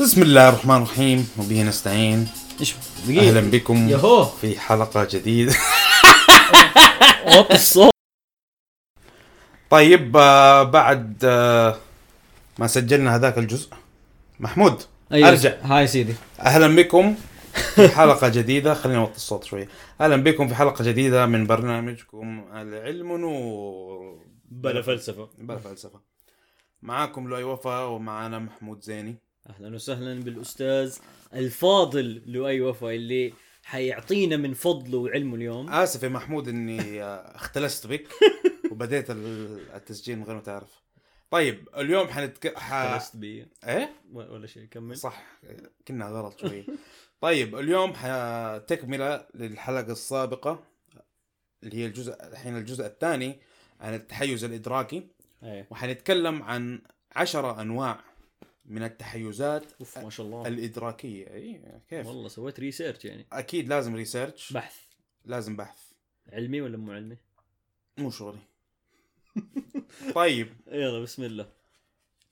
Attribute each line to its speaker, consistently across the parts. Speaker 1: بسم الله الرحمن الرحيم وبه نستعين
Speaker 2: ايش
Speaker 1: اهلا
Speaker 2: دقيقة
Speaker 1: بكم
Speaker 2: يهو
Speaker 1: في حلقه جديده
Speaker 2: وطي الصوت
Speaker 1: طيب آه، بعد آه، ما سجلنا هذاك الجزء محمود ارجع
Speaker 2: أيوه. هاي سيدي
Speaker 1: اهلا بكم في حلقه جديده خلينا نوطي الصوت شوي اهلا بكم في حلقه جديده من برنامجكم العلم نور
Speaker 3: بلا فلسفه
Speaker 1: بلا فلسفه معاكم لؤي وفا ومعانا محمود زيني
Speaker 2: اهلا وسهلا بالاستاذ الفاضل لؤي وفا اللي حيعطينا من فضله وعلمه اليوم
Speaker 1: اسف يا محمود اني آه، اختلست بك وبديت ال- التسجيل من غير ما تعرف طيب اليوم حنتك ح...
Speaker 2: خلصت بي
Speaker 1: ايه
Speaker 2: ولا شيء كمل
Speaker 1: صح كنا غلط شوي طيب اليوم ح- تكمله للحلقه السابقه اللي هي الجزء الحين الجزء الثاني عن التحيز الادراكي
Speaker 2: ايه
Speaker 1: وحنتكلم عن عشرة انواع من التحيزات
Speaker 2: اوف ما شاء الله
Speaker 1: الادراكيه اي كيف
Speaker 2: والله سويت ريسيرش يعني
Speaker 1: اكيد لازم ريسيرش
Speaker 2: بحث
Speaker 1: لازم بحث
Speaker 2: علمي ولا مو علمي؟
Speaker 1: مو شغلي طيب
Speaker 2: يلا بسم الله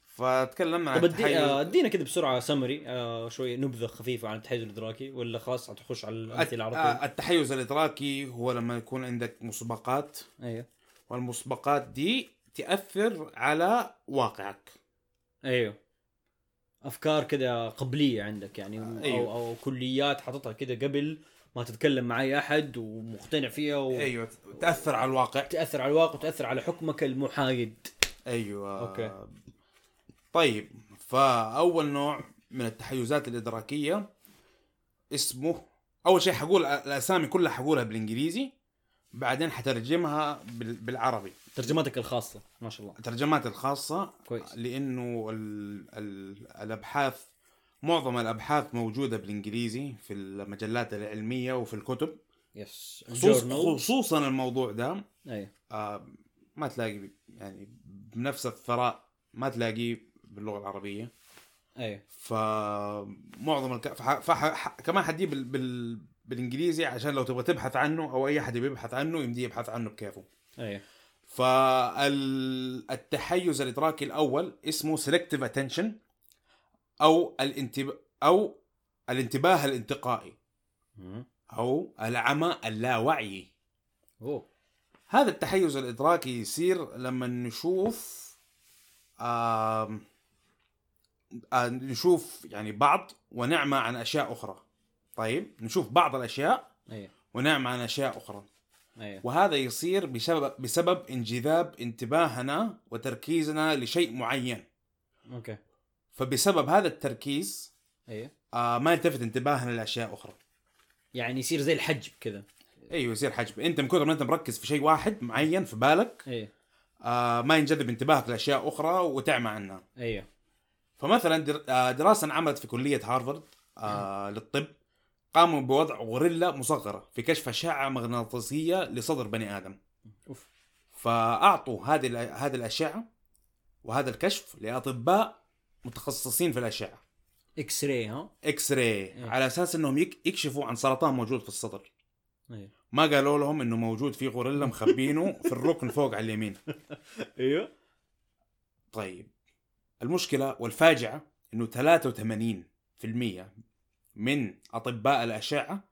Speaker 1: فتكلمنا عن
Speaker 2: طب ادي- آه،
Speaker 1: التحيز
Speaker 2: ادينا كده آه، بسرعه سمري شوي نبذه خفيفه عن التحيز الادراكي ولا خلاص حتخش على الامثله على
Speaker 1: آه، التحيز الادراكي هو لما يكون عندك مسبقات
Speaker 2: طول؟ ايوه
Speaker 1: والمسبقات دي تأثر على واقعك
Speaker 2: ايوه افكار كده قبليه عندك يعني
Speaker 1: أيوه.
Speaker 2: او او كليات حاططها كده قبل ما تتكلم مع اي احد ومقتنع فيها
Speaker 1: ايوه تأثر على الواقع
Speaker 2: وتاثر على الواقع وتاثر على حكمك المحايد
Speaker 1: ايوه
Speaker 2: أوكي.
Speaker 1: طيب فأول نوع من التحيزات الإدراكية اسمه أول شيء حقول الأسامي كلها حقولها بالإنجليزي بعدين حترجمها بال- بالعربي
Speaker 2: ترجمتك الخاصه ما شاء الله
Speaker 1: الترجمات الخاصة
Speaker 2: كويس
Speaker 1: لانه ال... ال... الابحاث معظم الابحاث موجوده بالانجليزي في المجلات العلميه وفي الكتب
Speaker 2: يس
Speaker 1: خصوص...
Speaker 2: جورنال.
Speaker 1: خصوصا الموضوع ده
Speaker 2: ايوه
Speaker 1: آه ما تلاقي ب- يعني بنفس الثراء ما تلاقيه باللغه العربيه
Speaker 2: ايوه
Speaker 1: فمعظم الك... فح... فح... ح- كمان حديه بال... بال... بالانجليزي عشان لو تبغى تبحث عنه او اي احد يبي يبحث عنه يمديه يبحث عنه بكيفه
Speaker 2: ايوه
Speaker 1: فالتحيز الادراكي الاول اسمه سيلكتيف اتنشن او الانتب... او الانتباه الانتقائي
Speaker 2: مم.
Speaker 1: او العمى اللاوعي
Speaker 2: اوه
Speaker 1: هذا التحيز الادراكي يصير لما نشوف آم... آه، نشوف يعني بعض ونعمة عن اشياء اخرى طيب نشوف بعض الاشياء
Speaker 2: ايوه
Speaker 1: ونعمة عن اشياء اخرى
Speaker 2: ايوه
Speaker 1: وهذا يصير بسبب بسبب انجذاب انتباهنا وتركيزنا لشيء معين
Speaker 2: اوكي
Speaker 1: فبسبب هذا التركيز
Speaker 2: ايوه
Speaker 1: آه ما يلتفت انتباهنا لاشياء اخرى
Speaker 2: يعني يصير زي الحجب كذا
Speaker 1: ايوه يصير حجب انت من كثر ما انت مركز في شيء واحد معين في بالك
Speaker 2: ايوه
Speaker 1: آه ما ينجذب انتباهك لاشياء اخرى وتعمى عنها
Speaker 2: ايوه
Speaker 1: فمثلا در... آه دراسه انعملت في كليه هارفارد آه للطب قاموا بوضع غوريلا مصغره في كشف اشعه مغناطيسيه لصدر بني ادم
Speaker 2: اوف
Speaker 1: فاعطوا هذه الأ- هذه الاشعه وهذا الكشف لاطباء متخصصين في الاشعه
Speaker 2: اكس راي ها
Speaker 1: اكس راي
Speaker 2: إيه.
Speaker 1: على اساس انهم يك- يكشفوا عن سرطان موجود في الصدر
Speaker 2: ايوه
Speaker 1: ما قالوا لهم انه موجود في غوريلا مخبينه في الركن فوق على اليمين أيوه.
Speaker 2: ايوه
Speaker 1: طيب المشكله والفاجعه انه 83% من اطباء الاشعه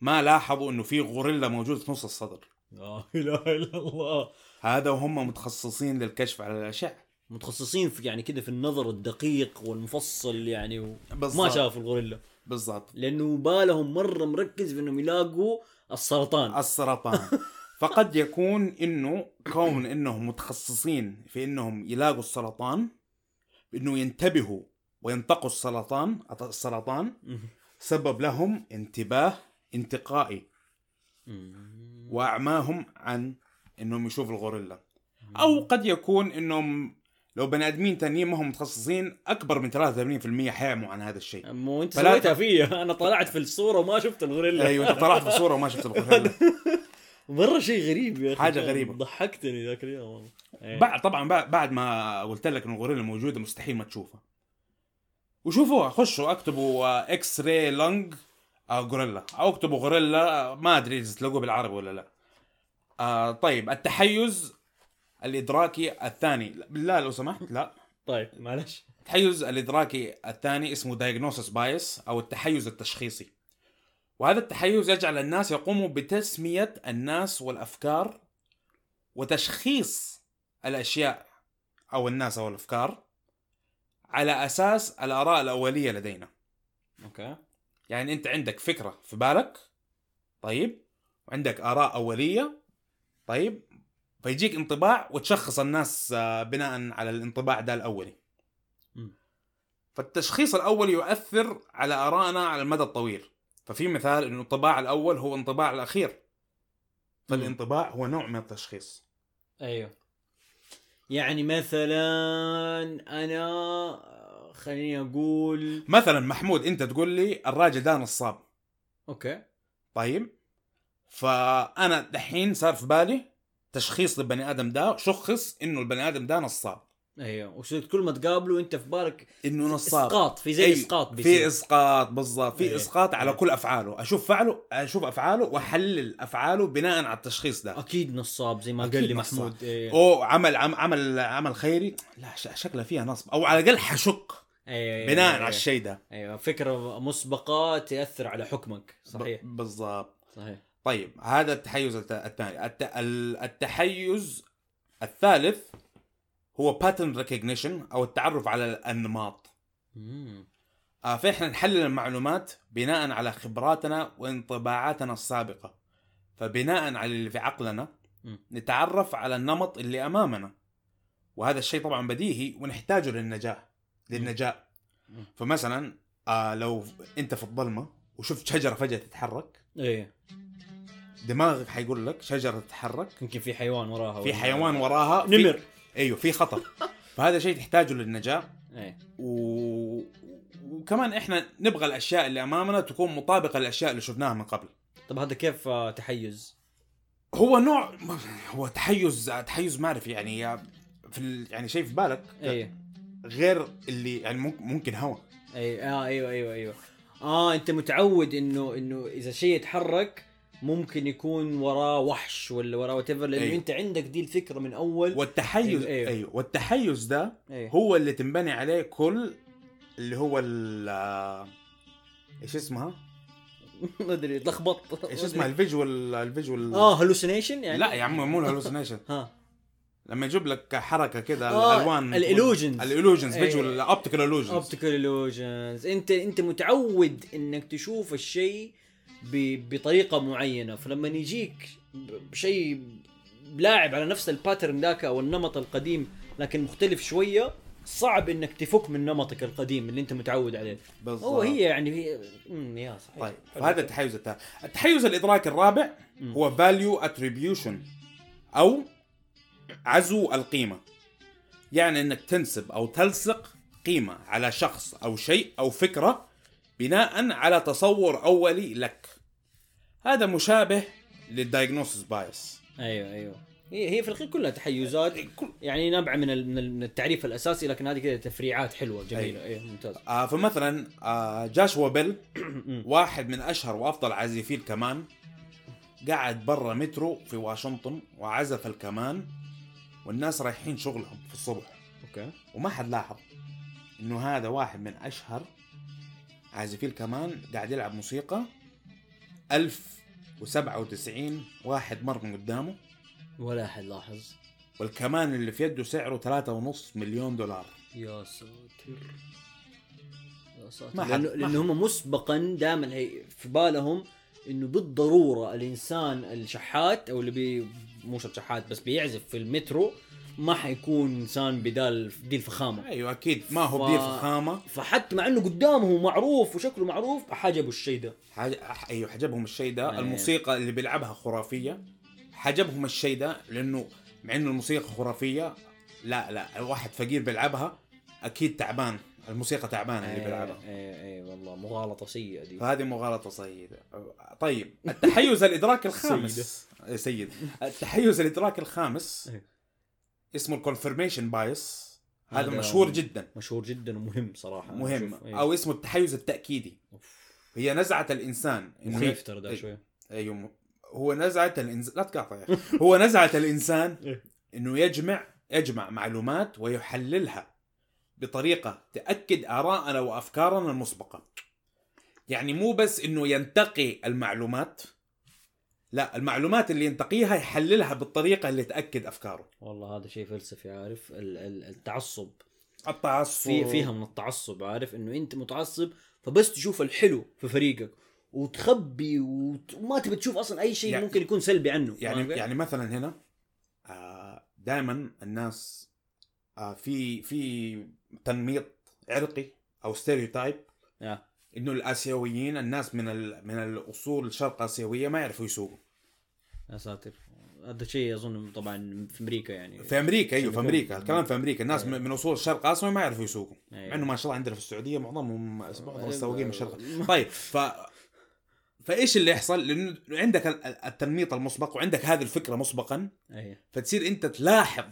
Speaker 1: ما لاحظوا انه في غوريلا موجود في نص الصدر
Speaker 2: لا اله الا الله
Speaker 1: هذا وهم متخصصين للكشف على الاشعه
Speaker 2: متخصصين في يعني كده في النظر الدقيق والمفصل يعني وما
Speaker 1: بالضبط
Speaker 2: شافوا الغوريلا
Speaker 1: بالضبط
Speaker 2: لانه بالهم مره مركز في انهم يلاقوا السرطان
Speaker 1: السرطان فقد يكون انه كون انهم متخصصين في انهم يلاقوا السرطان انه ينتبهوا وينتقوا السرطان السرطان سبب لهم انتباه انتقائي واعماهم عن انهم يشوفوا الغوريلا او قد يكون انهم لو بني ادمين تانيين ما هم متخصصين اكبر من 83% حيعموا عن هذا الشيء
Speaker 2: مو انت
Speaker 1: فلا-
Speaker 2: سويتها فيا انا طلعت في الصوره وما شفت الغوريلا
Speaker 1: ايوه انت طلعت بصوره وما شفت الغوريلا
Speaker 2: مره شيء غريب يا اخي
Speaker 1: حاجة
Speaker 2: كان
Speaker 1: غريبة.
Speaker 2: ضحكتني ذاك اليوم والله إيه.
Speaker 1: بعد طبعا بعد, بعد ما قلت لك ان الغوريلا موجوده مستحيل ما تشوفها وشوفوها خشوا اكتبوا آه، اكس راي لونج آه، غوريلا او اكتبوا غوريلا آه، ما ادري اذا تلاقوه بالعربي ولا لا آه طيب التحيز الادراكي الثاني لا لو سمحت لا
Speaker 2: طيب معلش
Speaker 1: التحيز الادراكي الثاني اسمه دايجنوسيس بايس او التحيز التشخيصي وهذا التحيز يجعل الناس يقوموا بتسميه الناس والافكار وتشخيص الاشياء او الناس او الافكار على اساس الاراء الاوليه لدينا
Speaker 2: اوكي
Speaker 1: يعني انت عندك فكره في بالك طيب وعندك اراء اوليه طيب فيجيك انطباع وتشخص الناس آه، بناء على الانطباع ده الاولي
Speaker 2: مم.
Speaker 1: فالتشخيص الاول يؤثر على ارائنا على المدى الطويل ففي مثال انه الانطباع الاول هو انطباع الاخير فالانطباع هو نوع من التشخيص
Speaker 2: ايوه يعني مثلا انا خليني اقول
Speaker 1: مثلا محمود انت تقول لي الراجل ده نصاب
Speaker 2: اوكي
Speaker 1: طيب فانا دحين صار في بالي تشخيص للبني ادم ده شخص انه البني ادم ده نصاب
Speaker 2: ايوه وصرت كل ما تقابله انت في بالك
Speaker 1: انه نصاب
Speaker 2: اسقاط في زي
Speaker 1: أي،
Speaker 2: اسقاط
Speaker 1: في
Speaker 2: بيصير
Speaker 1: اسقاط بالضبط
Speaker 2: إيه.
Speaker 1: في اسقاط على
Speaker 2: إيه.
Speaker 1: كل افعاله اشوف فعله اشوف افعاله واحلل افعاله بناء على التشخيص ده
Speaker 2: اكيد نصاب زي ما
Speaker 1: أكيد
Speaker 2: قال لي
Speaker 1: نصاب.
Speaker 2: محمود ايوه
Speaker 1: او عمل عم- عمل عمل خيري لا ش- شكله فيها نصب او على الاقل حشك
Speaker 2: أيوة.
Speaker 1: بناء
Speaker 2: أيوة.
Speaker 1: على الشيء ده
Speaker 2: ايوه فكره مسبقه تاثر على حكمك صحيح
Speaker 1: ب- بالضبط
Speaker 2: صحيح
Speaker 1: طيب هذا التحيز الت- الثاني الت... ال- التحيز الثالث هو باترن ريكوجنيشن او التعرف على الانماط
Speaker 2: مم.
Speaker 1: آه، فاحنا نحلل المعلومات بناء على خبراتنا وانطباعاتنا السابقه فبناء على اللي في عقلنا
Speaker 2: مم.
Speaker 1: نتعرف على النمط اللي امامنا وهذا الشيء طبعا بديهي ونحتاجه للنجاه للنجاة
Speaker 2: مم.
Speaker 1: فمثلا آه لو انت في الظلمه وشفت شجره فجاه تتحرك
Speaker 2: ايه
Speaker 1: دماغك حيقول لك شجره تتحرك
Speaker 2: يمكن في حيوان وراها
Speaker 1: في
Speaker 2: ولا-
Speaker 1: حيوان وراها في-
Speaker 2: نمر
Speaker 1: ايوه في خطر فهذا شيء تحتاجه للنجاه
Speaker 2: ايه
Speaker 1: و... وكمان احنا نبغى الاشياء اللي امامنا تكون مطابقه للاشياء اللي شفناها من قبل
Speaker 2: طب هذا كيف آه، تحيز
Speaker 1: هو نوع هو تحيز تحيز معرفي يعني يا- في ال... يعني شيء في بالك
Speaker 2: ايه
Speaker 1: غير اللي يعني ممكن, ممكن هوا
Speaker 2: اي اه ايوه ايوه ايوه اه انت متعود انه انه اذا شيء يتحرك ممكن يكون وراه وحش ولا وراه وات لانه
Speaker 1: أيوة.
Speaker 2: انت عندك دي الفكره من اول
Speaker 1: والتحيز
Speaker 2: أيوه، أيوه.
Speaker 1: ايوه والتحيز ده
Speaker 2: ايه
Speaker 1: هو اللي تنبني عليه كل اللي هو ال ايش اسمها؟
Speaker 2: ما ادري تلخبط
Speaker 1: ايش اسمها الفيجوال الفيجوال
Speaker 2: اه هلوسينيشن يعني
Speaker 1: لا يا عمي مو الهلوسينيشن
Speaker 2: ها
Speaker 1: لما يجيب لك حركه كده
Speaker 2: آه، إيه.
Speaker 1: الالوان
Speaker 2: الإلوجنز.
Speaker 1: الالوجنز
Speaker 2: أي.
Speaker 1: فيجوال الاوبتيكال الوجنز
Speaker 2: اوبتيكال illusions انت انت متعود انك تشوف الشيء ب... بطريقه معينه فلما يجيك ب- شيء لاعب على نفس الباترن ذاك او النمط القديم لكن مختلف شويه صعب انك تفك من نمطك القديم اللي انت متعود عليه
Speaker 1: بالضبط
Speaker 2: هو هي يعني هي امم يا صحيح
Speaker 1: طيب
Speaker 2: حلو.
Speaker 1: فهذا التحيز الثالث التحيز الادراكي الرابع هو فاليو اتريبيوشن او عزو القيمه يعني انك تنسب او تلصق قيمه على شخص او شيء او فكره بناء على تصور اولي لك هذا مشابه للدايجنوستس بايس
Speaker 2: ايوه ايوه هي هي في الخير كلها تحيزات
Speaker 1: إيه،
Speaker 2: يعني نابعه من ال- من ال- من التعريف الاساسي لكن هذه كده تفريعات حلوه جميله ايوه ممتاز
Speaker 1: آه فمثلا آه جاشوا بيل واحد من اشهر وافضل عازفي الكمان قعد برا مترو في واشنطن وعزف الكمان والناس رايحين شغلهم في الصبح
Speaker 2: اوكي
Speaker 1: وما حد لاحظ انه هذا واحد من اشهر عازفي الكمان قاعد يلعب موسيقى 1097 واحد مر من قدامه
Speaker 2: ولا احد لاحظ
Speaker 1: والكمان اللي في يده سعره 3.5 مليون دولار
Speaker 2: يا ساتر يا ساتر
Speaker 1: ما
Speaker 2: ما
Speaker 1: حد- ما
Speaker 2: لانه, لأنه هم مسبقا دائما هي في بالهم انه بالضروره الانسان الشحات او اللي بي مو شرط شحات بس بيعزف في المترو ما حيكون انسان بدال دي الفخامه
Speaker 1: ايوه اكيد ما هو
Speaker 2: ف-
Speaker 1: بديل فخامه
Speaker 2: فحتى مع انه قدامه معروف وشكله معروف حجبوا الشيء ده
Speaker 1: حاج... ايوه حجبهم الشيء ده
Speaker 2: أيه.
Speaker 1: الموسيقى اللي بيلعبها خرافيه حجبهم الشيء ده لانه مع انه الموسيقى خرافيه لا لا واحد فقير بيلعبها اكيد تعبان الموسيقى تعبانه
Speaker 2: أيوة.
Speaker 1: اللي بيلعبها
Speaker 2: اي اي إيه، والله مغالطه سيئه دي
Speaker 1: فهذه مغالطة سيدة طيب التحيز الإدراكي الخامس إيه، سيد. التحيز الإدراكي الخامس
Speaker 2: إيه.
Speaker 1: اسمه الكونفرميشن بايس هذا
Speaker 2: هذا
Speaker 1: مشهور جدا
Speaker 2: مشهور جدا ومهم صراحه أنا
Speaker 1: مهم
Speaker 2: أشوف. أيوة.
Speaker 1: أو اسمه التحيز التأكيدي هي نزعة الإنسان إنه-
Speaker 2: مخيف ترى ده
Speaker 1: أي-
Speaker 2: شويه
Speaker 1: أيوه هو نزعة الإنسان لا تقاطع يا أخي. هو نزعة الإنسان
Speaker 2: إيه.
Speaker 1: انه يجمع يجمع معلومات ويحللها بطريقه تاكد اراءنا وافكارنا المسبقه يعني مو بس انه ينتقي المعلومات لا المعلومات اللي ينتقيها يحللها بالطريقه اللي تاكد افكاره
Speaker 2: والله هذا شيء فلسفي عارف ال- ال- التعصب
Speaker 1: التعصب
Speaker 2: في فيها من التعصب عارف انه انت متعصب فبس تشوف الحلو في فريقك وتخبي وت- وما تبي تشوف اصلا اي شيء
Speaker 1: يعني-
Speaker 2: ممكن يكون سلبي عنه
Speaker 1: يعني
Speaker 2: فاهم؟
Speaker 1: يعني مثلا هنا آه دائما الناس آه في في تنميط عرقي او ستيريوتايب
Speaker 2: آه.
Speaker 1: انه الاسيويين الناس من ال من الاصول الشرق اسيويه ما يعرفوا يسوقوا
Speaker 2: يا ساتر هذا شيء اظن طبعا في امريكا يعني
Speaker 1: في امريكا ايوه في
Speaker 2: سنغافورة.
Speaker 1: امريكا الكلام في امريكا الناس
Speaker 2: أيوة.
Speaker 1: من من اصول الشرق اسيوي ما يعرفوا يسوقوا مع انه
Speaker 2: يعني
Speaker 1: ما شاء الله عندنا في السعوديه معظمهم
Speaker 2: إيه.
Speaker 1: معظم السواقين من الشرق
Speaker 2: ما-
Speaker 1: طيب ف فايش اللي يحصل؟ لانه عندك ال- التنميط المسبق وعندك هذه الفكره مسبقا
Speaker 2: أيوة.
Speaker 1: فتصير انت تلاحظ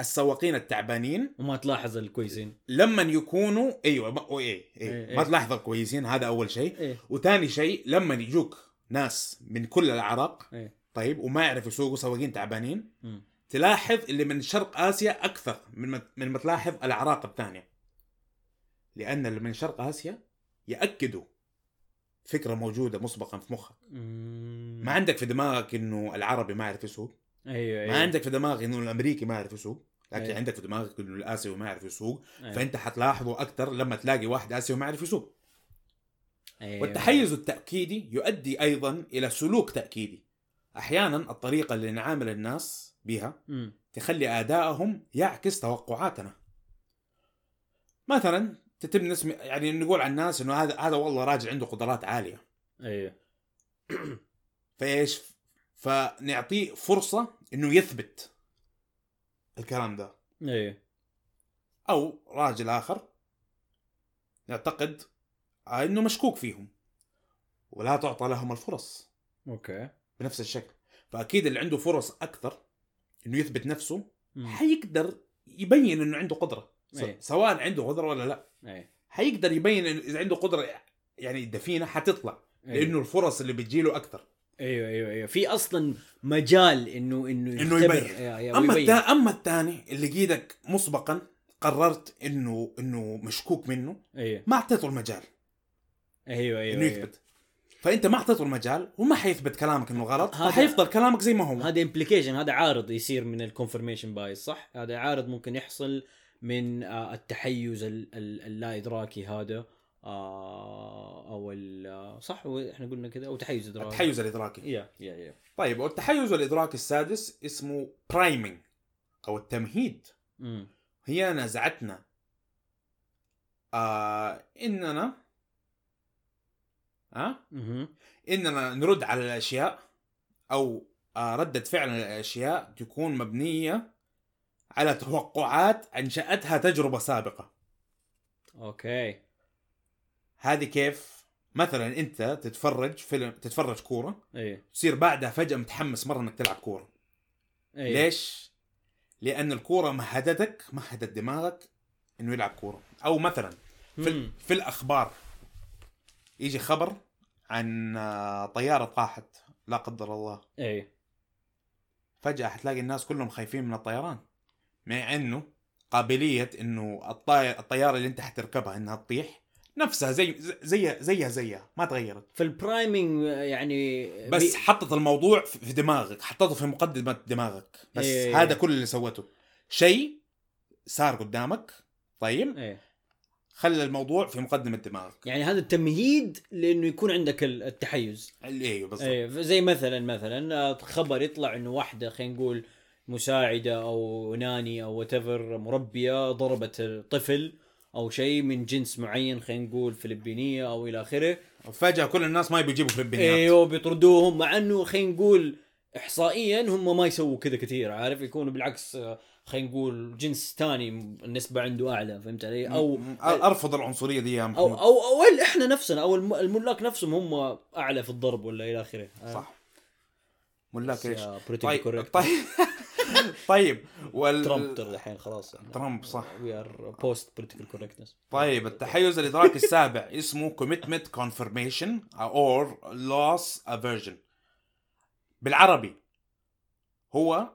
Speaker 1: السواقين التعبانين
Speaker 2: وما تلاحظ الكويسين
Speaker 1: لما يكونوا ايوه ما ايه
Speaker 2: إيه،
Speaker 1: ايه
Speaker 2: إيه.
Speaker 1: ما تلاحظ الكويسين هذا اول شيء
Speaker 2: ايه
Speaker 1: وثاني شيء لما يجوك ناس من كل الاعراق
Speaker 2: إيه.
Speaker 1: طيب وما يعرفوا يسوقوا سواقين تعبانين
Speaker 2: مم.
Speaker 1: تلاحظ اللي من شرق اسيا اكثر من ما- من ما تلاحظ الاعراق الثانيه لان اللي من شرق اسيا ياكدوا فكره موجوده مسبقا في مخك
Speaker 2: مم.
Speaker 1: ما عندك في دماغك انه العربي ما يعرف يسوق
Speaker 2: ايوه ايوه
Speaker 1: ما عندك في دماغك انه الامريكي ما يعرف يسوق لكن
Speaker 2: أيوة.
Speaker 1: عندك في دماغك انه الاسيوي ما يعرف يسوق
Speaker 2: أيوة.
Speaker 1: فانت حتلاحظه اكثر لما تلاقي واحد اسيوي ما يعرف يسوق
Speaker 2: أيوة.
Speaker 1: والتحيز التاكيدي يؤدي ايضا الى سلوك تاكيدي احيانا الطريقه اللي نعامل الناس بها
Speaker 2: مم.
Speaker 1: تخلي ادائهم يعكس توقعاتنا مثلا تتم نسم يعني نقول عن الناس انه هذا هذا والله راجل عنده قدرات عاليه
Speaker 2: ايوه
Speaker 1: فايش فنعطيه فرصه انه يثبت الكلام ده
Speaker 2: ايوه
Speaker 1: او راجل اخر نعتقد انه مشكوك فيهم ولا تعطى لهم الفرص
Speaker 2: اوكي
Speaker 1: بنفس الشكل فاكيد اللي عنده فرص اكثر انه يثبت نفسه
Speaker 2: مم.
Speaker 1: حيقدر يبين انه عنده قدره س-
Speaker 2: إيه.
Speaker 1: سواء عنده قدره ولا لا
Speaker 2: ايوه
Speaker 1: حيقدر يبين إنه اذا عنده قدره يعني دفينه حتطلع
Speaker 2: ايوه
Speaker 1: لانه الفرص اللي بتجيله اكثر
Speaker 2: ايوه ايوه ايوه في اصلا مجال انه انه
Speaker 1: إنه
Speaker 2: يختبر.
Speaker 1: يبين.
Speaker 2: أيوة، أيوة،
Speaker 1: اما
Speaker 2: ويبين.
Speaker 1: التا- اما الثاني اللي قيدك مسبقا قررت انه انه مشكوك منه
Speaker 2: ايوه
Speaker 1: ما اعطيته المجال
Speaker 2: ايوه ايوه
Speaker 1: انه
Speaker 2: أيوة.
Speaker 1: يثبت فانت ما اعطيته المجال وما حيثبت كلامك انه غلط
Speaker 2: هذا-
Speaker 1: فحيفضل كلامك زي ما هو
Speaker 2: هذا امبليكيشن هذا عارض يصير من الكونفرميشن بايز صح؟ هذا عارض ممكن يحصل من آه، التحيز ال- ال- اللا ادراكي هذا آه، او ال- آه، صح هو احنا قلنا كذا او تحيز ادراكي
Speaker 1: التحيز الادراكي
Speaker 2: يا يا يا
Speaker 1: طيب والتحيز الادراكي السادس اسمه برايمنج او التمهيد
Speaker 2: مم.
Speaker 1: هي نزعتنا آه اننا آه
Speaker 2: مهم.
Speaker 1: اننا نرد على الاشياء او آه ردة فعل الاشياء تكون مبنية على توقعات انشاتها تجربة سابقة
Speaker 2: اوكي
Speaker 1: هذه كيف مثلا انت تتفرج فيلم تتفرج كورة
Speaker 2: ايه
Speaker 1: تصير بعدها فجأة متحمس مرة انك تلعب كورة
Speaker 2: ايه
Speaker 1: ليش؟ لأن الكورة مهدتك مهدت دماغك انه يلعب كورة او مثلا في,
Speaker 2: مم.
Speaker 1: في الاخبار يجي خبر عن آه، طياره طاحت لا قدر الله
Speaker 2: ايه
Speaker 1: فجاه حتلاقي الناس كلهم خايفين من الطيران مع انه قابليه انه الطي... الطياره اللي انت حتركبها انها تطيح نفسها زي زي زيها زيها ما تغيرت
Speaker 2: فالبرايمنج يعني
Speaker 1: بس
Speaker 2: بي-
Speaker 1: حطت الموضوع في في دماغك حطته في مقدمه دماغك بس
Speaker 2: إيه.
Speaker 1: هذا كل اللي سوته شيء صار قدامك طيب
Speaker 2: ايه
Speaker 1: خلى الموضوع في مقدمه دماغك
Speaker 2: يعني هذا التمهيد لانه يكون عندك ال- التحيز
Speaker 1: ايوه بالضبط
Speaker 2: ايه زي مثلا مثلا آه، خبر يطلع انه واحده خلينا نقول مساعده او ناني او وات مربيه ضربت طفل او شيء من جنس معين خلينا نقول فلبينيه او الى اخره
Speaker 1: فجاه كل الناس ما يبوا يجيبوا فلبينيات
Speaker 2: ايوه بيطردوهم مع انه خلينا نقول احصائيا هم ما يسووا كذا كثير عارف يكونوا بالعكس آه، خلينا نقول جنس ثاني النسبه عنده اعلى فهمت علي او
Speaker 1: م- ارفض العنصريه دي يا
Speaker 2: او
Speaker 1: محمود
Speaker 2: او او ال- احنا نفسنا او الم- الملاك نفسهم هم اعلى في الضرب ولا آه، الى اخره
Speaker 1: صح ملاك ايش
Speaker 2: طيب
Speaker 1: طيب
Speaker 2: كوريكت
Speaker 1: طيب طيب وال
Speaker 2: ترامب ترى الحين خلاص يعني
Speaker 1: ترامب صح
Speaker 2: وي ار بوست بوليتيكال كوركتنس
Speaker 1: طيب التحيز الادراكي السابع اسمه commitment confirmation or loss aversion بالعربي هو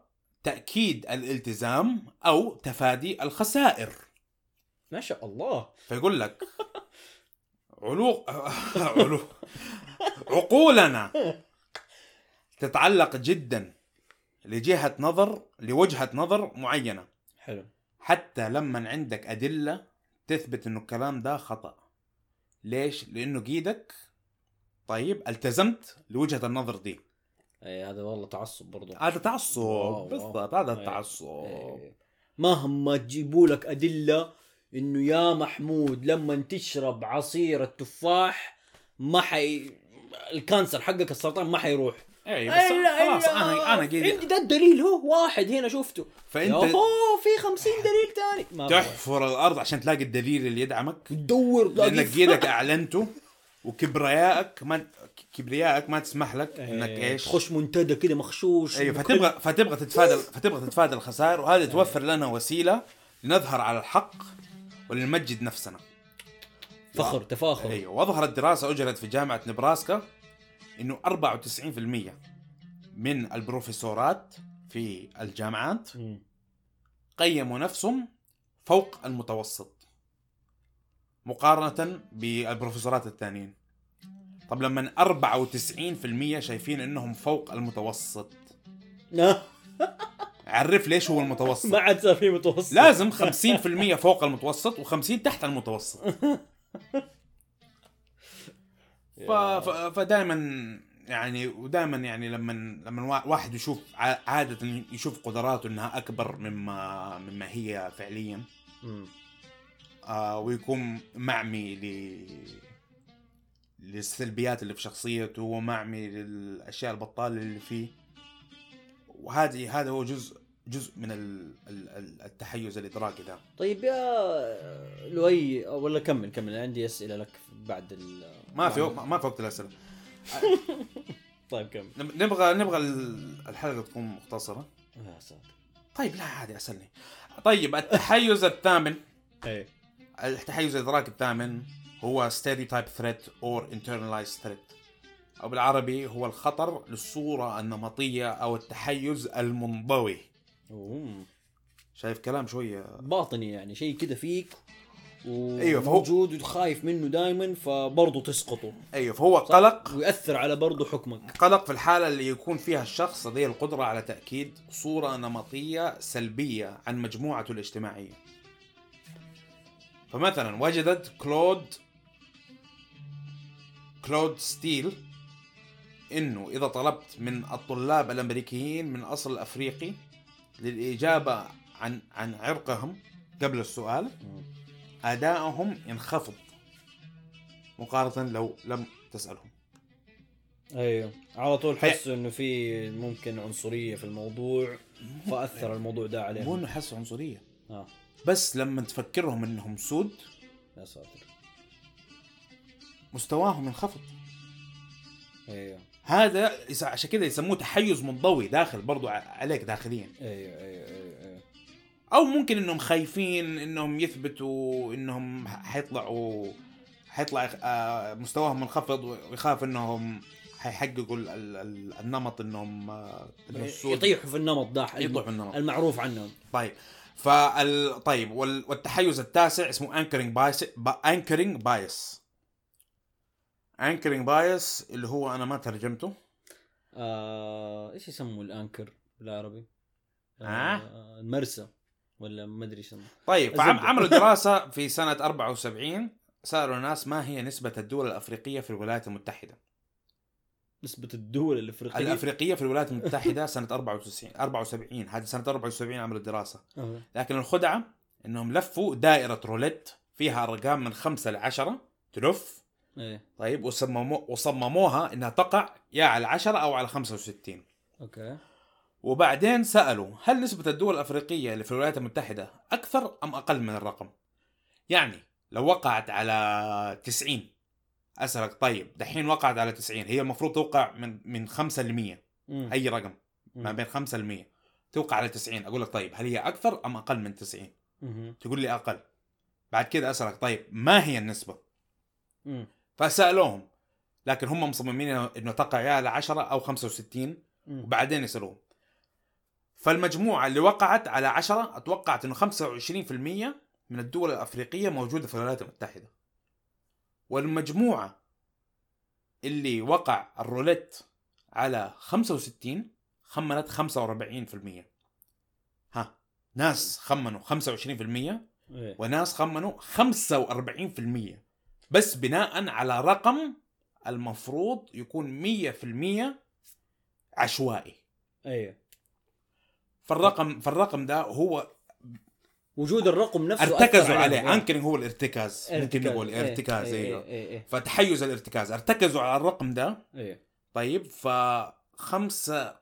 Speaker 1: تاكيد الالتزام او تفادي الخسائر
Speaker 2: ما شاء الله
Speaker 1: فيقول لك علوق علو- عقولنا تتعلق جدا لجهة نظر لوجهة نظر معينة
Speaker 2: حلو
Speaker 1: حتى لما عندك أدلة تثبت إنه الكلام ده خطأ ليش؟ لأنه قيدك طيب التزمت لوجهة النظر دي
Speaker 2: اي هذا والله تعصب برضو
Speaker 1: هذا تعصب
Speaker 2: واو،
Speaker 1: بالضبط
Speaker 2: واو.
Speaker 1: هذا
Speaker 2: أي.
Speaker 1: التعصب
Speaker 2: إيه. مهما تجيبوا لك ادله انه يا محمود لما تشرب عصير التفاح ما حي الكانسر حقك السرطان ما حيروح
Speaker 1: اي إيه، بس خلاص انا انا قيد
Speaker 2: عندي ده الدليل هو واحد هنا شفته
Speaker 1: فانت
Speaker 2: اوه في خمسين دليل تاني ما أبغى.
Speaker 1: تحفر الارض عشان تلاقي الدليل اللي يدعمك
Speaker 2: تدور
Speaker 1: لانك
Speaker 2: تلاقيه.
Speaker 1: جيدك اعلنته وكبريائك ما كبريائك ما تسمح لك انك
Speaker 2: إيه،
Speaker 1: ايش
Speaker 2: تخش منتدى كده مخشوش
Speaker 1: ايوه
Speaker 2: مخ-
Speaker 1: فتبغى فتبغى تتفادى فتبغى تتفادى الخسائر وهذا توفر لنا وسيله لنظهر على الحق ولنمجد نفسنا
Speaker 2: فخر تفاخر
Speaker 1: ايوه واظهرت دراسه اجرت في جامعه نبراسكا انه 94% من البروفيسورات في الجامعات
Speaker 2: مم.
Speaker 1: قيموا نفسهم فوق المتوسط مقارنة بالبروفيسورات الثانيين طب لما 94% شايفين انهم فوق المتوسط
Speaker 2: لا،
Speaker 1: عرف ليش هو
Speaker 2: ما
Speaker 1: المتوسط
Speaker 2: عاد صار في متوسط
Speaker 1: لازم 50% فوق المتوسط و50 تحت المتوسط ف... ف... فدائما يعني ودائما يعني لما لما وا- واحد يشوف ع- عادة يشوف قدراته انها اكبر مما مما هي فعليا
Speaker 2: مم.
Speaker 1: آه ويكون معمي ل للسلبيات اللي في شخصيته ومعمي للاشياء البطاله اللي فيه وهذه هذا هو جزء جزء من ال- ال- ال- التحيز الادراكي ده
Speaker 2: طيب يا لؤي ولا كمل كمل أنا عندي اسئله لك بعد ال
Speaker 1: ما في
Speaker 2: بعد-
Speaker 1: ما في وقت الاسئله
Speaker 2: طيب كمل
Speaker 1: نب- نبغى نبغى ال- الحلقه تكون مختصره
Speaker 2: يا ساتر
Speaker 1: طيب لا عادي اسالني طيب التحيز الثامن
Speaker 2: ايه
Speaker 1: التحيز الادراكي الثامن هو stereotype threat or internalized threat او بالعربي هو الخطر للصوره النمطيه او التحيز المنضوي
Speaker 2: أوه.
Speaker 1: شايف كلام شويه
Speaker 2: باطني يعني شيء كده فيك و-
Speaker 1: أيوة، فهو-
Speaker 2: موجود وخايف منه دائما فبرضه تسقطه
Speaker 1: ايوه فهو قلق
Speaker 2: ويأثر على برضه حكمك
Speaker 1: قلق في الحاله اللي يكون فيها الشخص لديه القدره على تاكيد صوره نمطيه سلبيه عن مجموعته الاجتماعيه فمثلا وجدت كلود كلود ستيل انه اذا طلبت من الطلاب الامريكيين من اصل افريقي للاجابه عن عن عرقهم قبل السؤال ادائهم ينخفض مقارنه لو لم تسالهم
Speaker 2: ايوه على طول
Speaker 1: هي-
Speaker 2: حسوا انه في ممكن عنصريه في الموضوع فاثر الموضوع ده
Speaker 1: مو
Speaker 2: عليهم
Speaker 1: انه حس عنصريه
Speaker 2: اه
Speaker 1: بس لما تفكرهم انهم سود
Speaker 2: يا ساتر
Speaker 1: مستواهم ينخفض
Speaker 2: ايوه
Speaker 1: هذا يس- عشان كده يسموه تحيز منضوي داخل برضو ع- عليك داخليا
Speaker 2: ايوه ايوه ايوه, أيوة.
Speaker 1: او ممكن انهم خايفين انهم يثبتوا انهم ح- حيطلعوا حيطلع آه، مستواهم منخفض ويخاف انهم حيحققوا ال- ال- ال- النمط انهم آه،
Speaker 2: إيه،
Speaker 1: إنه السود
Speaker 2: يطيحوا في النمط ده
Speaker 1: يطيحوا في النمط.
Speaker 2: المعروف عنهم
Speaker 1: طيب فال طيب وال... والتحيز التاسع اسمه انكرنج بايس انكرنج بايس انكرنج بايس اللي هو انا ما ترجمته
Speaker 2: آه... ايش يسموه الانكر بالعربي؟
Speaker 1: ها؟
Speaker 2: آه... المرسى ولا ما ادري يسموه
Speaker 1: طيب فعم...
Speaker 2: الزبدة.
Speaker 1: عملوا دراسه في سنه 74 سالوا الناس ما هي نسبه الدول الافريقيه في الولايات المتحده
Speaker 2: نسبة الدول الافريقية
Speaker 1: الافريقيه في الولايات المتحده سنه 94 74 هذه سنه 74 عملوا الدراسه
Speaker 2: آه.
Speaker 1: لكن الخدعه انهم لفوا دائره روليت فيها ارقام من 5 ل 10 تلف
Speaker 2: ايه
Speaker 1: طيب وصممو وصمموها انها تقع يا على 10 او على 65
Speaker 2: اوكي
Speaker 1: وبعدين سالوا هل نسبه الدول الافريقيه اللي في الولايات المتحده اكثر ام اقل من الرقم؟ يعني لو وقعت على 90 اسالك طيب دحين وقعت على 90 هي المفروض توقع من من 5 ل 100
Speaker 2: مم.
Speaker 1: اي رقم ما
Speaker 2: مم.
Speaker 1: بين 5 ل 100 توقع على 90 اقول لك طيب هل هي اكثر ام اقل من 90؟
Speaker 2: مهم.
Speaker 1: تقول لي اقل بعد كده اسالك طيب ما هي النسبه؟
Speaker 2: مم.
Speaker 1: فسالوهم لكن هم مصممين انه تقع يا على 10 او 65
Speaker 2: مم.
Speaker 1: وبعدين يسالوهم فالمجموعة اللي وقعت على 10 اتوقعت انه 25% من الدول الافريقية موجودة في الولايات المتحدة والمجموعة اللي وقع الروليت على 65 خمنت 45% ها ناس خمنوا 25%
Speaker 2: إيه.
Speaker 1: وناس خمنوا 45% بس بناء على رقم المفروض يكون 100% عشوائي
Speaker 2: ايوه
Speaker 1: فالرقم فالرقم ده هو
Speaker 2: وجود الرقم نفسه أثر
Speaker 1: ارتكزوا
Speaker 2: عليهم.
Speaker 1: عليه انكرنج هو الارتكاز ممكن
Speaker 2: ارتكاز.
Speaker 1: نقول
Speaker 2: إيه.
Speaker 1: ارتكاز
Speaker 2: إيه.
Speaker 1: ايوه
Speaker 2: إيه. إيه.
Speaker 1: فتحيز الارتكاز ارتكزوا على الرقم ده
Speaker 2: إيه.
Speaker 1: طيب فخمسة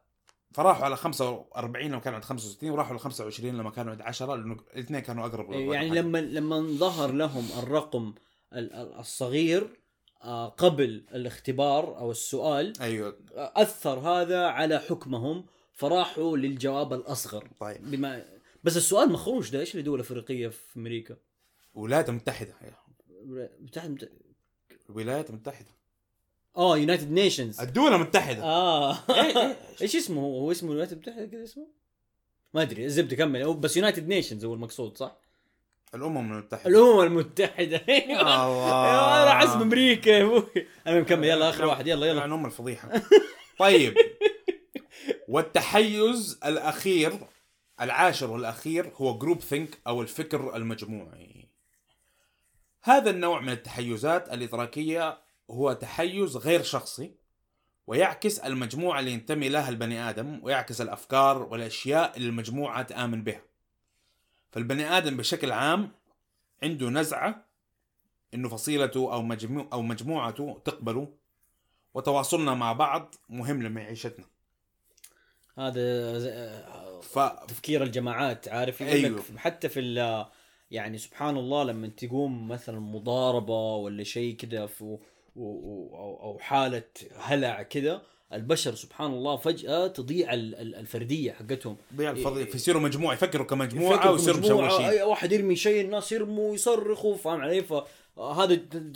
Speaker 1: فراحوا على 45 لما كانوا عند 65 وراحوا ل 25 لما كانوا عند 10 لانه الاثنين كانوا اقرب
Speaker 2: إيه.
Speaker 1: للرقم.
Speaker 2: يعني لما لما ظهر لهم الرقم ال- ال- الصغير آه، قبل الاختبار او السؤال
Speaker 1: ايوه
Speaker 2: آه، اثر هذا على حكمهم فراحوا للجواب الاصغر
Speaker 1: طيب
Speaker 2: بما بس السؤال مخروج ده ايش اللي دول افريقيه في امريكا؟
Speaker 1: الولايات المتحده
Speaker 2: بتاع-
Speaker 1: الولايات المتحده
Speaker 2: اه يونايتد نيشنز
Speaker 1: الدول المتحده
Speaker 2: اه
Speaker 1: إيه، إيه.
Speaker 2: ايش اسمه هو؟ هو اسمه الولايات المتحده كذا اسمه؟ ما ادري الزبده كمل هو بس يونايتد نيشنز هو المقصود صح؟
Speaker 1: الامم المتحده
Speaker 2: الامم المتحده
Speaker 1: يا
Speaker 2: ايوه
Speaker 1: الله.
Speaker 2: انا حسب امريكا يا ابوي انا مكمل يلا اخر واحد يلا يلا
Speaker 1: عن ام الفضيحه طيب والتحيز الاخير العاشر والاخير هو جروب ثينك او الفكر المجموعي هذا النوع من التحيزات الادراكيه هو تحيز غير شخصي ويعكس المجموعه اللي ينتمي لها البني ادم ويعكس الافكار والاشياء اللي المجموعه تامن بها فالبني ادم بشكل عام عنده نزعه انه فصيلته او مجموع او مجموعته تقبله وتواصلنا مع بعض مهم لمعيشتنا
Speaker 2: هذا زي- آه،
Speaker 1: ف
Speaker 2: تفكير الجماعات عارف يقول
Speaker 1: أيوه.
Speaker 2: لك حتى في ال يعني سبحان الله لما تقوم مثلا مضاربه ولا شيء كذا في- و- و- او او حاله هلع كذا البشر سبحان الله فجاه تضيع ال- ال- الفرديه حقتهم
Speaker 1: بيع الفضل
Speaker 2: إيه.
Speaker 1: فيصيروا مجموعه يفكروا كمجموعه
Speaker 2: يفكروا أيوة.
Speaker 1: ويصيروا
Speaker 2: بمجموعة،
Speaker 1: مشوشين
Speaker 2: أي واحد يرمي شيء الناس يرموا يصرخوا فاهم علي فهذا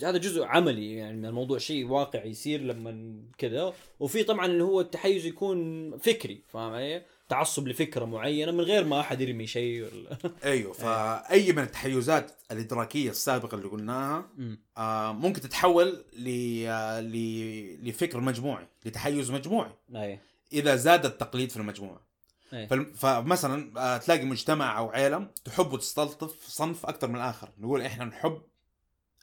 Speaker 2: هذا جزء عملي يعني من الموضوع شيء واقعي يصير لما كذا وفي طبعا اللي هو التحيز يكون فكري فاهم علي تعصب لفكره معينه من غير ما احد يرمي شيء ولا
Speaker 1: ايوه
Speaker 2: إيه.
Speaker 1: فاي من التحيزات الادراكيه السابقه اللي قلناها
Speaker 2: أمم.
Speaker 1: آه، ممكن تتحول ل آه، ل- لفكر مجموعي لتحيز مجموعي
Speaker 2: أي.
Speaker 1: اذا زاد التقليد في المجموعه
Speaker 2: أي.
Speaker 1: فال- فمثلا آه، تلاقي مجتمع او عيله تحب تستلطف صنف اكثر من الاخر نقول احنا نحب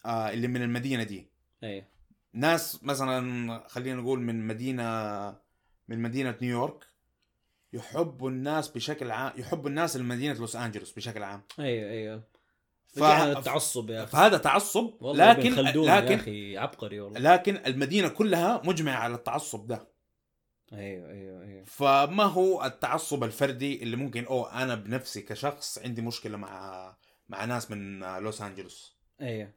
Speaker 1: آه، اللي من المدينه دي
Speaker 2: اي
Speaker 1: ناس مثلا خلينا نقول من مدينة من مدينة نيويورك يحبوا الناس بشكل عام يحبوا الناس لمدينة لوس أنجلوس بشكل عام
Speaker 2: ايوه ايوه
Speaker 1: ف...
Speaker 2: ف... التعصب يا اخي
Speaker 1: فهذا تعصب
Speaker 2: والله
Speaker 1: لكن
Speaker 2: ابن خلدون يا
Speaker 1: لكن
Speaker 2: اخي عبقري والله
Speaker 1: لكن المدينة كلها مجمعة على التعصب ده
Speaker 2: ايوه ايوه ايوه
Speaker 1: فما هو التعصب الفردي اللي ممكن اوه انا بنفسي كشخص عندي مشكلة مع مع ناس من لوس أنجلوس
Speaker 2: ايوه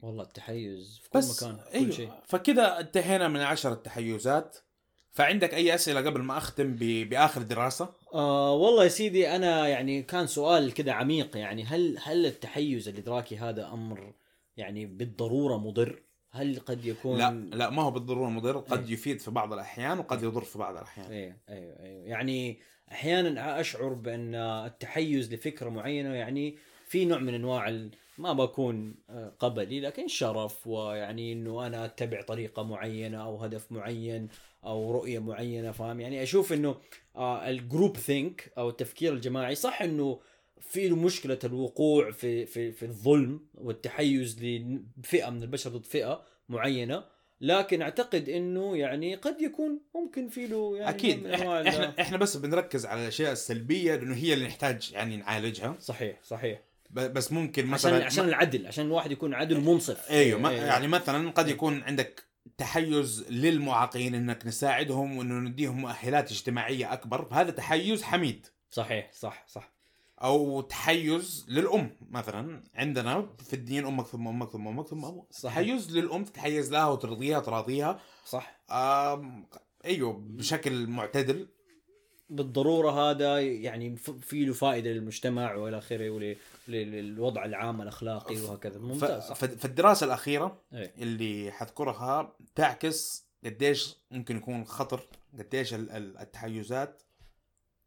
Speaker 2: والله التحيز في كل
Speaker 1: بس
Speaker 2: مكان في كل
Speaker 1: ايوه
Speaker 2: شيء
Speaker 1: فكده انتهينا من عشر التحيزات فعندك اي اسئله قبل ما اختم ب... باخر دراسه
Speaker 2: آه والله يا سيدي انا يعني كان سؤال كده عميق يعني هل هل التحيز الادراكي هذا امر يعني بالضروره مضر؟ هل قد يكون
Speaker 1: لا لا ما هو بالضروره مضر قد
Speaker 2: إيه.
Speaker 1: يفيد في بعض الاحيان وقد يضر في بعض الاحيان
Speaker 2: ايوه ايوه ايوه يعني احيانا اشعر بان التحيز لفكره معينه يعني في نوع من انواع ال- ما بكون آه، قبلي لكن شرف ويعني انه انا اتبع طريقه معينه او هدف معين او رؤيه معينه فاهم يعني اشوف انه آه، الجروب ثينك او التفكير الجماعي صح انه في له مشكله الوقوع في في في الظلم والتحيز لفئه من البشر ضد فئه معينه لكن اعتقد انه يعني قد يكون ممكن في له يعني
Speaker 1: اكيد
Speaker 2: نوع من أنواع
Speaker 1: إح-
Speaker 2: ال-
Speaker 1: احنا احنا بس بنركز على الاشياء السلبيه لانه هي اللي نحتاج يعني نعالجها
Speaker 2: صحيح صحيح
Speaker 1: ب- بس ممكن
Speaker 2: عشان
Speaker 1: مثلا
Speaker 2: عشان إيه، العدل عشان الواحد يكون عدل ومنصف
Speaker 1: ايوه ما يعني مثلا قد يكون عندك تحيز للمعاقين انك نساعدهم وانه نديهم مؤهلات اجتماعيه اكبر فهذا تحيز حميد
Speaker 2: صحيح صح صح
Speaker 1: او تحيز للام مثلا عندنا في الدين امك ثم امك ثم امك ثم امك
Speaker 2: صحيح.
Speaker 1: تحيز للام تتحيز لها وترضيها تراضيها
Speaker 2: صح
Speaker 1: آم، ايوه بشكل معتدل
Speaker 2: بالضروره هذا يعني ف- في له فائده للمجتمع والى اخره وللوضع العام الاخلاقي وهكذا
Speaker 1: ف-
Speaker 2: ممتاز صح
Speaker 1: ف- فالدراسه الاخيره
Speaker 2: إيه.
Speaker 1: اللي حذكرها تعكس قديش ممكن يكون خطر قديش ال- ال- التحيزات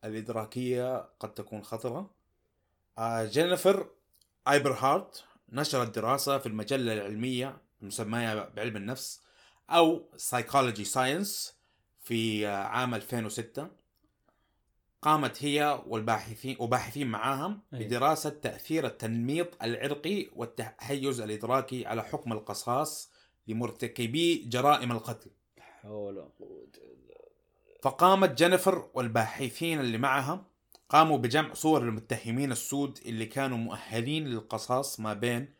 Speaker 1: الإدراكية قد تكون خطرة آه، جينيفر آيبرهارت نشرت دراسة في المجلة العلمية المسماة بعلم النفس أو Psychology Science في آه، عام 2006 قامت هي والباحثين وباحثين معاهم
Speaker 2: أي.
Speaker 1: بدراسة تأثير التنميط العرقي والتحيز الإدراكي على حكم القصاص لمرتكبي جرائم القتل
Speaker 2: حول ولا قوة إلا
Speaker 1: فقامت جينيفر والباحثين اللي معها قاموا بجمع صور المتهمين السود اللي كانوا مؤهلين للقصاص ما بين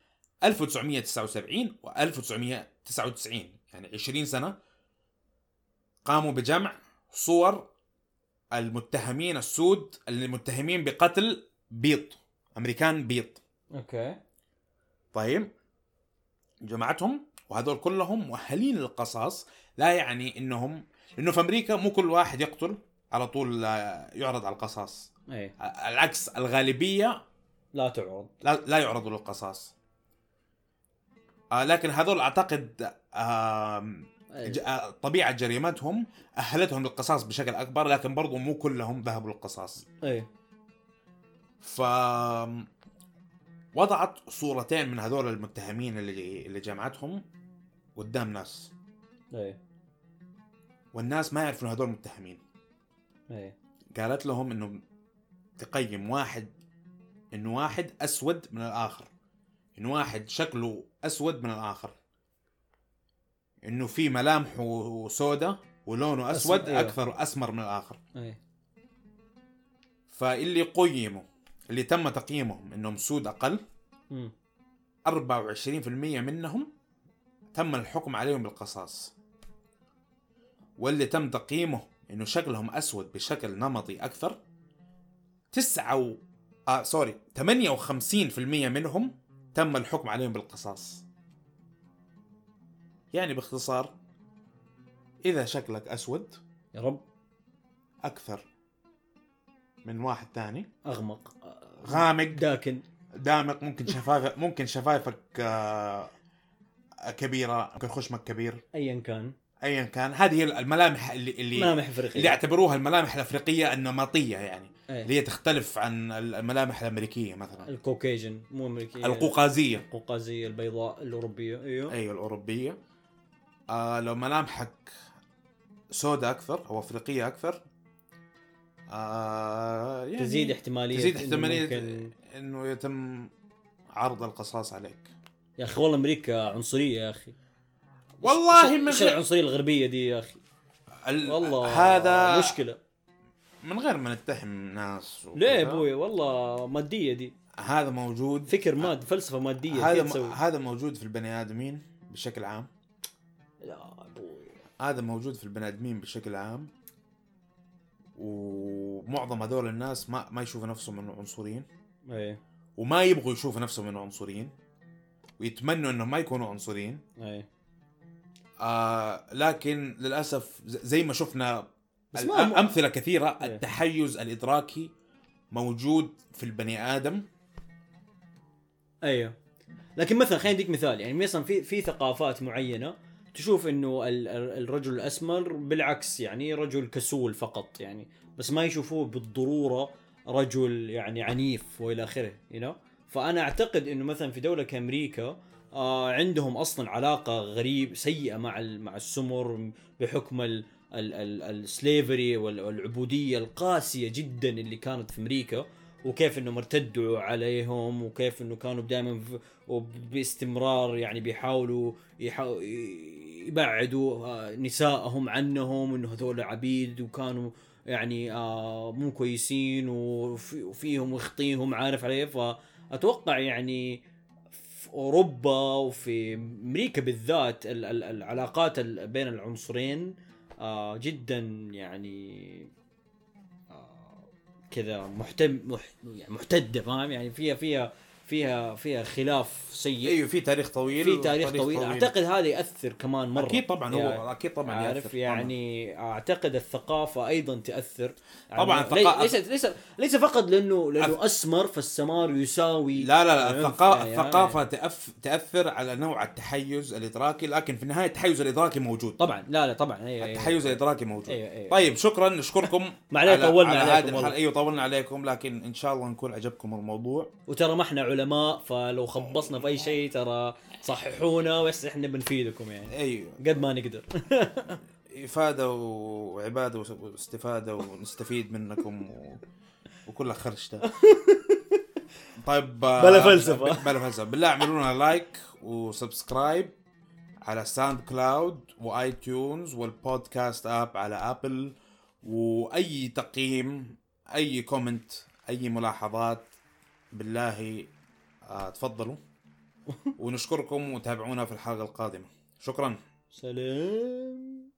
Speaker 1: 1979 و 1999 يعني 20 سنة قاموا بجمع صور المتهمين السود المتهمين بقتل بيض أمريكان بيض
Speaker 2: اوكي
Speaker 1: طيب جمعتهم وهذول كلهم مؤهلين للقصاص لا يعني انهم انه في امريكا مو كل واحد يقتل على طول آه، يعرض على القصاص
Speaker 2: اي
Speaker 1: ع- العكس الغالبيه
Speaker 2: لا تعرض
Speaker 1: لا, لا يعرضوا للقصاص آه لكن هذول اعتقد آه
Speaker 2: أي.
Speaker 1: ج- آه، طبيعه جريمتهم اهلتهم للقصاص بشكل اكبر لكن برضو مو كلهم ذهبوا للقصاص
Speaker 2: اي
Speaker 1: ف وضعت صورتين من هذول المتهمين اللي اللي جمعتهم قدام ناس
Speaker 2: اي
Speaker 1: والناس ما يعرفوا إن هذول متهمين
Speaker 2: اي
Speaker 1: قالت لهم انه تقيم واحد انه واحد اسود من الاخر انه واحد شكله اسود من الاخر انه في ملامحه سوداء ولونه
Speaker 2: أسود،
Speaker 1: اسود
Speaker 2: أيوة.
Speaker 1: اكثر اسمر من الاخر
Speaker 2: اي
Speaker 1: فاللي قيموا اللي تم تقييمهم انهم سود اقل
Speaker 2: أمم.
Speaker 1: 24% منهم تم الحكم عليهم بالقصاص واللي تم تقييمه انه شكلهم اسود بشكل نمطي اكثر تسعة و... آه سوري 58% منهم تم الحكم عليهم بالقصاص يعني باختصار اذا شكلك اسود
Speaker 2: يا رب
Speaker 1: اكثر من واحد ثاني
Speaker 2: اغمق
Speaker 1: غامق
Speaker 2: داكن
Speaker 1: دامق ممكن شفايفك ممكن شفايفك آه، كبيره ممكن خشمك كبير
Speaker 2: ايا كان
Speaker 1: ايا كان هذه هي الملامح اللي اللي
Speaker 2: ملامح افريقيه
Speaker 1: اللي اعتبروها الملامح الافريقيه النمطيه يعني
Speaker 2: إيه.
Speaker 1: اللي هي تختلف عن الملامح الامريكيه مثلا
Speaker 2: الكوكيجن مو امريكيه
Speaker 1: القوقازيه
Speaker 2: القوقازيه البيضاء الاوروبيه ايوه
Speaker 1: ايوه الاوروبيه آه لو ملامحك سوداء اكثر او افريقيه اكثر آه يعني
Speaker 2: تزيد احتماليه
Speaker 1: تزيد
Speaker 2: إنه
Speaker 1: احتماليه
Speaker 2: ممكن-
Speaker 1: انه يتم عرض القصاص عليك
Speaker 2: يا اخي والله امريكا عنصريه يا اخي
Speaker 1: والله
Speaker 2: من
Speaker 1: من
Speaker 2: غير العنصريه الغربيه دي يا اخي
Speaker 1: ال-
Speaker 2: والله
Speaker 1: هذا
Speaker 2: مشكله
Speaker 1: من غير ما نتهم ناس وكذا.
Speaker 2: ليه يا ابوي والله ماديه دي
Speaker 1: هذا موجود
Speaker 2: فكر ماد فلسفه ماديه
Speaker 1: هذا
Speaker 2: هذا
Speaker 1: م...
Speaker 2: تسوي
Speaker 1: هذا موجود في البني ادمين بشكل عام
Speaker 2: لا ابوي
Speaker 1: هذا موجود في البني ادمين بشكل عام ومعظم هذول الناس ما ما يشوفوا نفسهم انه عنصريين
Speaker 2: ايه
Speaker 1: وما يبغوا يشوفوا نفسهم انه عنصريين ويتمنوا انهم ما يكونوا عنصريين
Speaker 2: ايه
Speaker 1: آه لكن للاسف ز- زي ما شفنا
Speaker 2: بس
Speaker 1: بس
Speaker 2: ما- ما-
Speaker 1: امثله كثيره
Speaker 2: إيه.
Speaker 1: التحيز الادراكي موجود في البني ادم
Speaker 2: ايوه لكن مثلا خلينا اديك مثال يعني مثلا في في ثقافات معينه تشوف انه ال- ال- الرجل الاسمر بالعكس يعني رجل كسول فقط يعني بس ما يشوفوه بالضروره رجل يعني عنيف والى اخره you know? فانا اعتقد انه مثلا في دوله كامريكا آه عندهم اصلا علاقه غريب سيئه مع ال- مع السمر بحكم ال السليفري والعبوديه القاسيه جدا اللي كانت في امريكا وكيف انهم ارتدوا عليهم وكيف انه كانوا دائما وباستمرار يعني بيحاولوا يحا- يبعدوا آه، نسائهم عنهم انه هذول عبيد وكانوا يعني آه، مو كويسين وفي- وفيهم ويخطيهم عارف علي فاتوقع يعني في اوروبا وفي امريكا بالذات ال- ال- العلاقات ال- بين العنصرين آه، جدا يعني آه، كذا محتم مح يعني محتده فاهم يعني فيها فيها فيها فيها خلاف سيء
Speaker 1: ايوه في تاريخ طويل
Speaker 2: في تاريخ طويل اعتقد هذا ياثر كمان مره
Speaker 1: اكيد طبعا
Speaker 2: يعني
Speaker 1: هو اكيد طبعا يأثر،
Speaker 2: عارف
Speaker 1: طبعاً.
Speaker 2: يعني اعتقد الثقافه ايضا تاثر
Speaker 1: طبعاً
Speaker 2: يعني
Speaker 1: الثقا-
Speaker 2: لي- ليس ليس ليس فقط لانه لانه اسمر فالسمار يساوي
Speaker 1: لا لا لا
Speaker 2: عنف،
Speaker 1: الثقا...
Speaker 2: يعني-
Speaker 1: الثقافة تأف... تأثر على نوع التحيز الإدراكي لكن في النهاية التحيز الإدراكي موجود
Speaker 2: طبعا لا لا طبعا ايوه طيب، أيوة.
Speaker 1: التحيز الإدراكي موجود
Speaker 2: أيوة، أيوة.
Speaker 1: طيب شكرا نشكركم
Speaker 2: ما عليك، طولنا عليكم
Speaker 1: هذه الحلقة
Speaker 2: والله.
Speaker 1: أيوة طولنا عليكم لكن إن شاء الله نكون عجبكم الموضوع
Speaker 2: وترى ما احنا علماء فلو خبصنا في اي شيء ترى صححونا بس احنا بنفيدكم يعني
Speaker 1: أيوة
Speaker 2: قد ما نقدر
Speaker 1: إفادة وعبادة وس- واستفادة ونستفيد منكم و... وكل خرج ده طيب آه،
Speaker 2: بلا فلسفة.
Speaker 1: بلا فلسفة بالله اعملوا لنا لايك وسبسكرايب على ساوند كلاود واي تيونز والبودكاست اب على ابل واي تقييم اي كومنت اي ملاحظات بالله آه، تفضلوا ونشكركم وتابعونا في الحلقة القادمة شكرا
Speaker 2: سلام